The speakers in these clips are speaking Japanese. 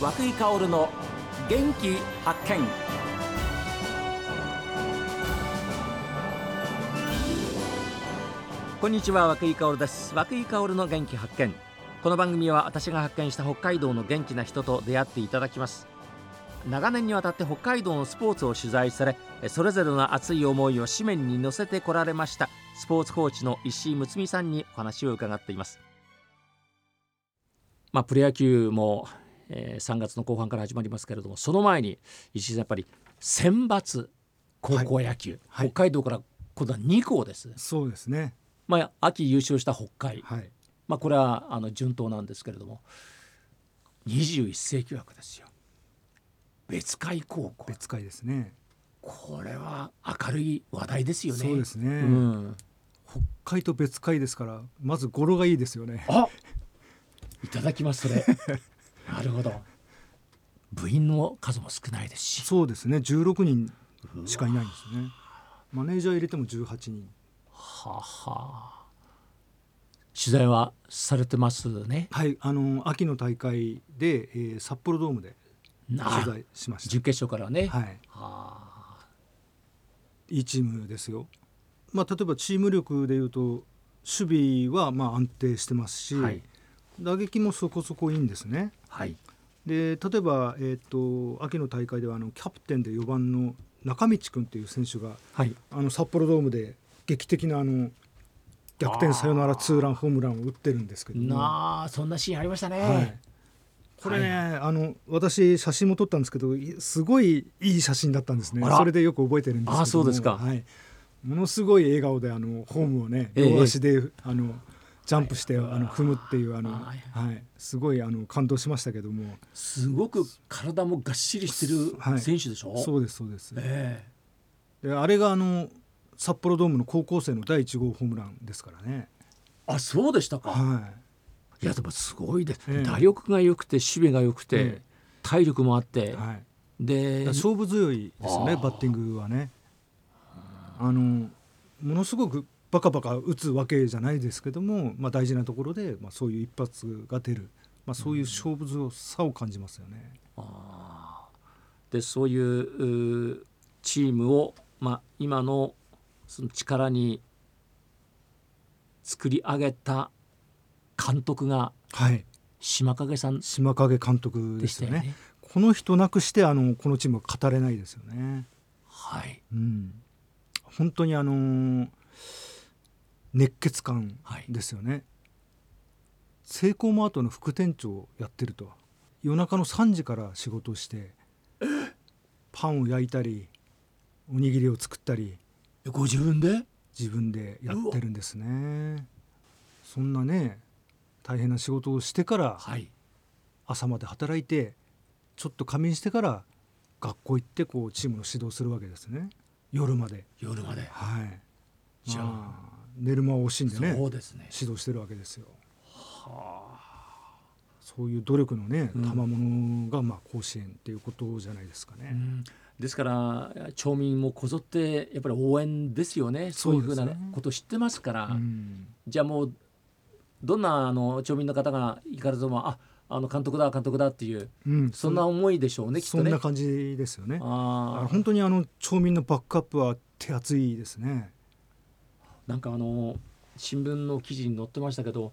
和久井薫の元気発見こんにちは和久井薫です和久井薫の元気発見この番組は私が発見した北海道の元気な人と出会っていただきます長年にわたって北海道のスポーツを取材されそれぞれの熱い思いを紙面に乗せてこられましたスポーツコーチの石井睦美さんにお話を伺っていますまあ、プロ野球も、えー3月の後半から始まりますけれどもその前に石井さんやっぱり選抜高校野球、はい北海道から今度は2校です、そうですね。まあ、秋優勝した北海、はい。まあ、これはあの順当なんですけれども21世紀枠ですよ別海高校別会ですね。これは明るい話題ですよね。そうですね、うん、北海と別会ですから、まず語呂がいいですよね。あいただきます それなるほど部員の数も少ないですしそうですね。16人しかいないんですね。マネージャー入れても18人。はは取材はされてますね。はい。あの秋の大会で、えー札幌ドームで取な材しまし準決勝からはね。た。はい。ああいいチームですよ。まあ例えばチーム力でいうと守備はまあ安定してますし、はい打撃もそこそこいいんですね。はいで例えば、えー、と秋の大会ではあのキャプテンで4番の中道君っていう選手がはいあの札幌ドームで劇的なあの逆転サヨナラツーランホームランを打ってるんですけどもなあそんなシーンありましたね。はい、これね、あの私写真も撮ったんですけどいすごいいい写真だったんですねあらそれでよく覚えてるんですけどもあそうですかはい、ものすごい笑顔であのホームをねええ両足で、あのジャンプしてあの踏むっていうあの、ははいいすごいあの感動しましたけどもすごく体もがっしりしてはるい選手でしょ。そうですそうです。えであれがあの札幌ドームの高校生の第1号ホームランですからね。えあそうでしたか。はいやでもすごいです、ええ打力が良くて守備が良くて、ええ体力もあって、い、はい、で勝負強いですあねーバッティングはね。あのものすごくバカバカ打つわけじゃないですけども、まあ、大事なところで、まあ、そういう一発が出る、まあ、そういう勝負強さを感じますよね。あーでそういううーチームを、まあ、今のその力に作り上げた監督がはい、島影さん島影監督ででししたたよよね。ね。この人なくしてあのこのチームは語れないですよね。はいうん、本当にあのー熱血感ですよね、セイコーマートの副店長をやってると夜中の3時から仕事をしてパンを焼いたりおにぎりを作ったりご自分で自分でやってるんですねそんなね大変な仕事をしてからはい朝まで働いてちょっと仮眠してから学校行ってこうチームの指導するわけですね夜まで夜まで、はい。じゃあまあ寝る間を惜しんでねそうですね指導してるわけですよ。そういう努力のねうん賜物がまあ甲子園っていうことじゃないですかね。うんですから町民もこぞってやっぱり応援ですよねそういうふうなそうですねことを知ってますから、うんじゃあもうどんなあの町民の方が行かれてもああの監督だ監督だっていううんそんな思いでしょうねきっとそね。んな感じですよね。ああのー本当にあの町民のバックアップは手厚いですね。なんかあの新聞の記事に載ってましたけど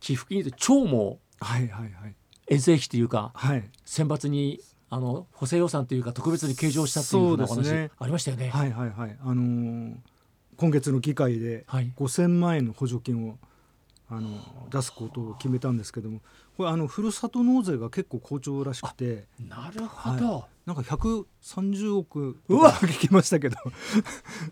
寄付金で町もはいはいはい遠征費というかはい選抜にあの補正予算というか特別に計上したというふうなおそうで話すねありましたよね。はいはいはいあのー今月の議会ではい5000万円の補助金をあの出すことを決めたんですけどもこれあのふるさと納税が結構好調らしくてなるほど、なんか130億うわ聞きましたけど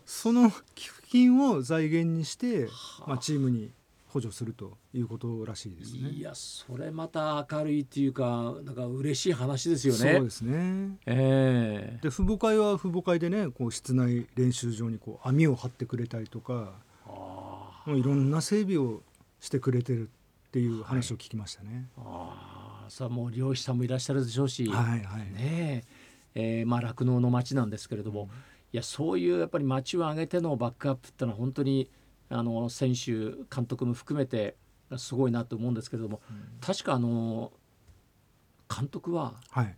その寄付金を財源にして、はあまあ、チームに補助するということらしいですね。いやそれまた明るいっていうかなんか嬉しい話ですよね。そうですねええで父母会は父母会でねこう室内練習場にこう網を張ってくれたりとかあもういろんな整備をしてくれてるっていう話を聞きましたね。ーあーさあもう漁師さんもいらっしゃるでしょうし、はいはい、ねええーまあ酪農の町なんですけれども、いやそういうやっぱり町を挙げてのバックアップってのは本当にあの選手監督も含めてすごいなと思うんですけれども、確かあの監督ははい、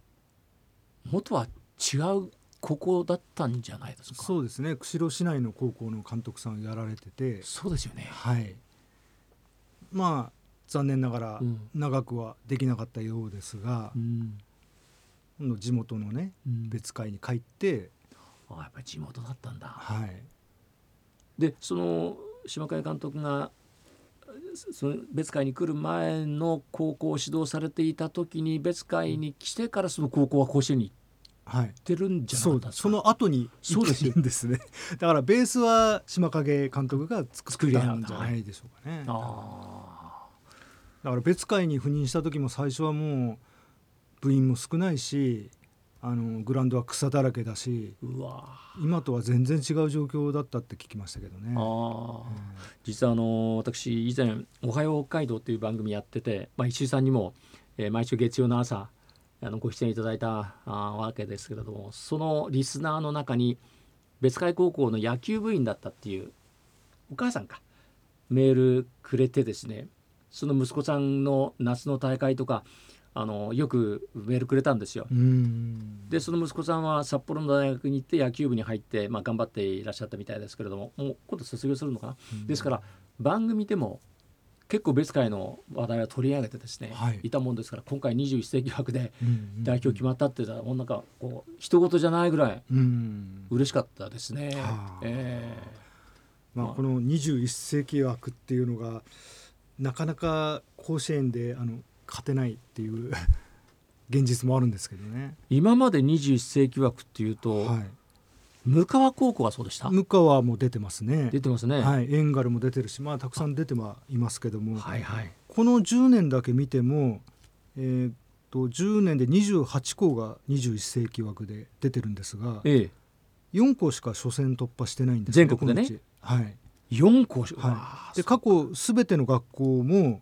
元は違う高校だったんじゃないですかそうですね釧路市内の高校の監督さんをやられててそうですよねはいまあ残念ながらうん長くはできなかったようですが、うん、今度地元のねうん、別会に帰って、あやっぱり地元だったんだはい、でその島海監督がそその別会に来る前の高校を指導されていた時に別会に来てからその高校は甲子園に行っはい、てるんじゃなそかうったですかその後にそうです生きてるんですね だからベースは島影監督が作ったんじゃないでしょうかね、あだから別会に赴任した時も最初はもう部員も少ないしあのグラウンドは草だらけだしーうわ今とは全然違う状況だったって聞きましたけどねー。あー実はあの私以前「おはよう北海道」という番組やってて、まあ、石井さんにも、えー毎週月曜の朝あのご出演いただいたあーわけですけれどもそのリスナーの中に別海高校の野球部員だったっていうお母さんかメールくれてですねその息子さんの夏の大会とかあのよくメールくれたんですよ。うんうんでその息子さんは札幌の大学に行って野球部に入って、まあ、頑張っていらっしゃったみたいですけれどももう今度卒業するのかな、うんですから番組でも結構別会の話題は取り上げてですね、はいいたもんですから今回21世紀枠でうんうん代表決まったっていうのはもうなんかこう人事じゃないぐらいうん嬉しかったですね。はあえまあ、この21世紀枠っていうのがなかなか甲子園であの勝てないっていう 現実もあるんですけどね。え今まで21世紀枠っていうと、はい、向川高校はそうでした向川も出てますね。出てますね。はい、エンガルも出てるし、まあ、たくさん出てはいますけども、はいはいこの10年だけ見ても、えーっと10年で28校が21世紀枠で出てるんですがええ、 4校しか初戦突破してないんです、全国でねこのうちはい4校し、わはあい、で過去すべての学校も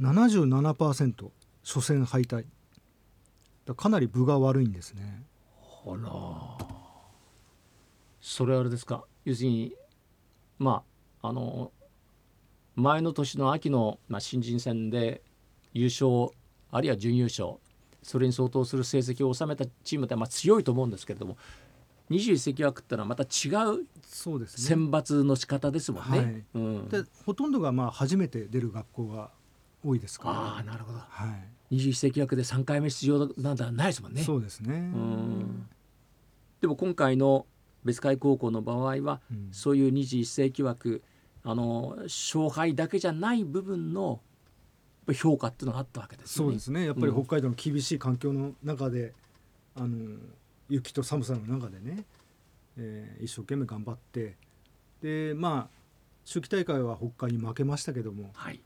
77%初戦敗退だかなり分が悪いんですねあらそれあれですか要するにまああの前の年の秋の、まあ、新人戦で優勝あるいは準優勝それに相当する成績を収めたチームって、まあ、強いと思うんですけれども21世紀枠ってのはまた違うそうですね選抜の仕方ですもんね。はいうん、でほとんどがまあ初めて出る学校が多いですからああなるほどはい21世紀枠で3回目出場なんてないですもんね。そうですね。うんでも今回の別海高校の場合はうんそういう21世紀枠あの勝敗だけじゃない部分のやっぱり評価っていうのがあったわけですよそうね。ですね。やっぱり北海道の厳しい環境の中で、あの雪と寒さの中でね、えー一生懸命頑張って、でまあ秋季大会は北海に負けましたけども、はい、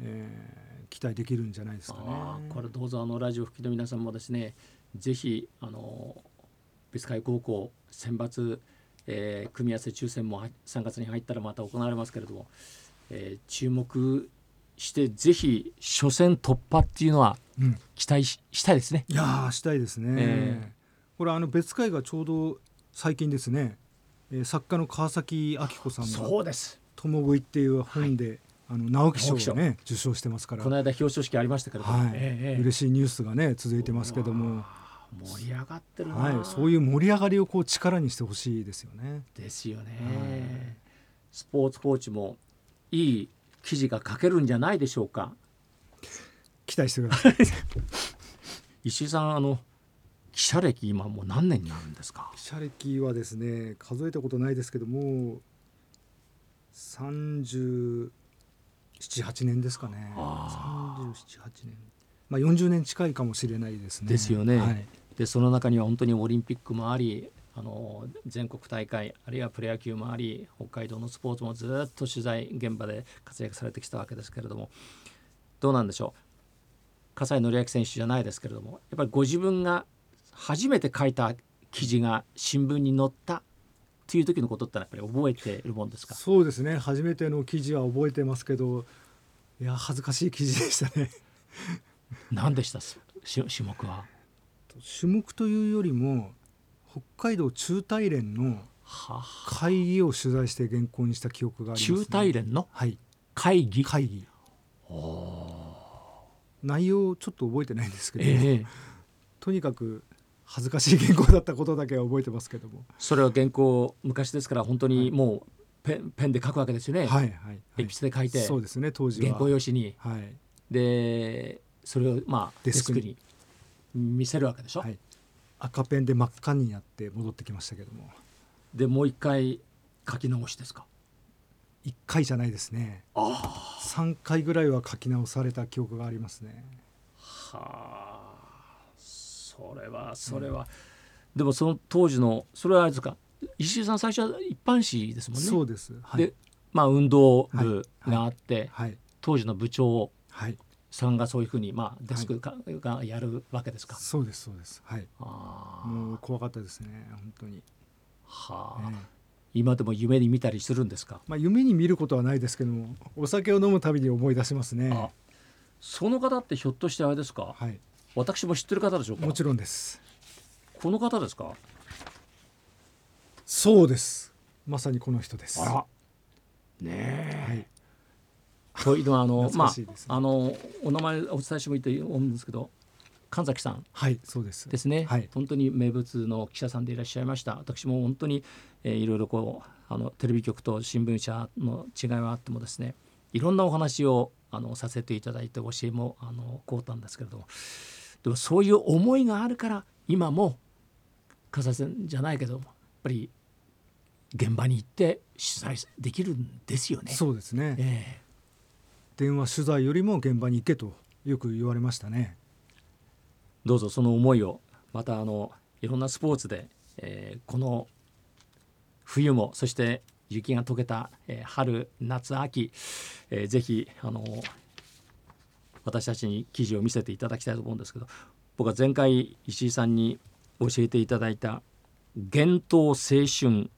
えー期待できるんじゃないですかね。あーこれどうぞあのラジオ吹きの皆さんもですねぜひあの別海高校選抜、えー組み合わせ抽選もは3月に入ったらまた行われますけれども、えー注目してぜひ初戦突破っていうのはうん期待ししたいですね。いやーしたいですね。えこれあの別会がちょうど最近ですね。えー作家の川崎明子さんがそうです「共食い」っていう本で、あの直木賞直をね受賞してますからこの間表彰式ありましたけれども、はい、ええええ嬉しいニュースがね続いてますけども、盛り上がってるな、はい、そうういう盛り上がりをこう力にしてほしいですよね。ですよね、はいスポーツコーチもいい記事が書けるんじゃないでしょうか期待してください。石井さんあの記者歴今もう何年になるんですか記者歴はですね数えたことないですけども37、8年ですかね。あ37、8年。まあ40年近いかもしれないですね。ですよねはい、でその中には本当にオリンピックもありあの全国大会あるいはプロ野球もあり北海道のスポーツもずっと取材現場で活躍されてきたわけですけれどもどうなんでしょう葛西紀明選手じゃないですけれどもやっぱりご自分が初めて書いた記事が新聞に載ったっていう時のことってのはやっぱり覚えているもんですかそうですね。初めての記事は覚えてますけど、いや恥ずかしい記事でし たね。何でしたし種目は種目というよりも北海道中大連のは会議を取材して原稿にした記憶があります、ね、中大連のはい会議会議内容ちょっと覚えてないんですけど、ええとにかく恥ずかしい原稿だったことだけは覚えてますけども、それは原稿昔ですから本当にもうペンペンで書くわけですよね、はいはい、はい、鉛筆で書いてそうですね当時は原稿用紙にはいでそれをまあデデススククにに見せるわけでしょ、はい、赤ペンで真っ赤にやって戻ってきましたけどもでもう一回書き直しですか1回じゃないですね3回ぐらいは書き直された記憶がありますねはあそれはそれは、でもその当時のそれはあれですか石井さん最初は一般紙ですもんねそうですはいでまあ運動部があって、はい当時の部長はいさんがそういうふうに、まあ、デスクか、がやるわけですか。そうですそうですはいあーもう怖かったですね本当に、はえあ、え今でも夢に見たりするんですか、まあ夢に見ることはないですけどもお酒を飲むたびに思い出しますあねその方ってひょっとしてあれですかはい私も知ってる方でしょうかもちろんですこの方ですかそうですまさにこの人ですねはいえというのはあの、懐まかあしいですねあのお名前お伝えしてもいいと思うんですけど神崎さんはいそうですですね、はい本当に名物の記者さんでいらっしゃいました私も本当に、えーいろいろこうあのテレビ局と新聞社の違いはあってもですねいろんなお話をあのさせていただいて教えもあのこうたんですけれどもでもそういう思いがあるから今も加瀬さんじゃないけどもやっぱり現場に行って取材できるんですよね。そうですねええ電話取材よりも現場に行けとよく言われましたねどうぞその思いをまたあのいろんなスポーツで、えーこの冬もそして雪が溶けた、えー春夏秋、えーぜひあの私たちに記事を見せていただきたいと思うんですけど僕は前回石井さんに教えていただいた「厳冬青春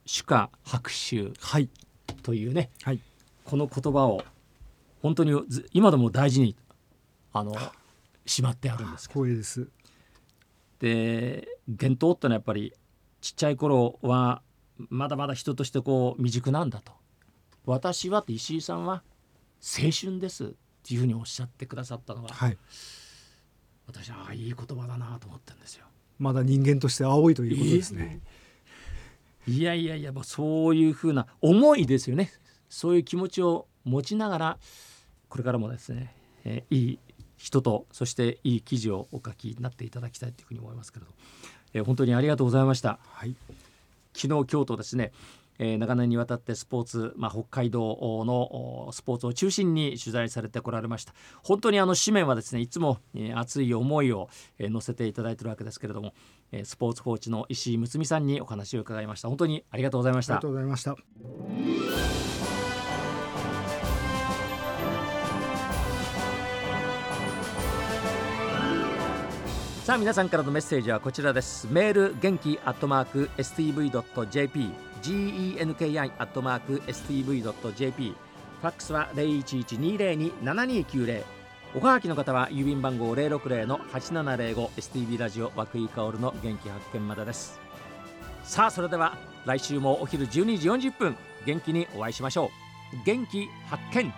主歌白秋はい」というねはいこの言葉を本当にず今でも大事にあのしまってあるんですけど光栄ですで幻冬ってのはやっぱりちっちゃい頃はまだまだ人としてこう未熟なんだと私はって石井さんは青春ですっていうふうにおっしゃってくださったのが、はい私はああいい言葉だなと思ってるんですよ。まだ人間として青いということですねいやいやいやもうそういうふうな思いですよねそういう気持ちを持ちながらこれからもですね、えーいい人とそしていい記事をお書きになっていただきたいというふうに思いますけれど、えー本当にありがとうございました。はい昨日今日とですね、えー長年にわたってスポーツ、まあ、北海道のおスポーツを中心に取材されてこられました本当にあの紙面はですねいつも、えー熱い思いを、えー乗せていただいているわけですけれども、えースポーツ報知の石井睦美さんにお話を伺いました本当にありがとうございましありたがとうございましたさあ皆さんからのメッセージはこちらですメール元気アットマーク STV.jp genki アットマーク STV.jp ファックスは0112027290おはがきの方は郵便番号060-8705 STV ラジオ和久井薫の元気発見までですさあそれでは来週もお昼12時40分元気にお会いしましょう元気発見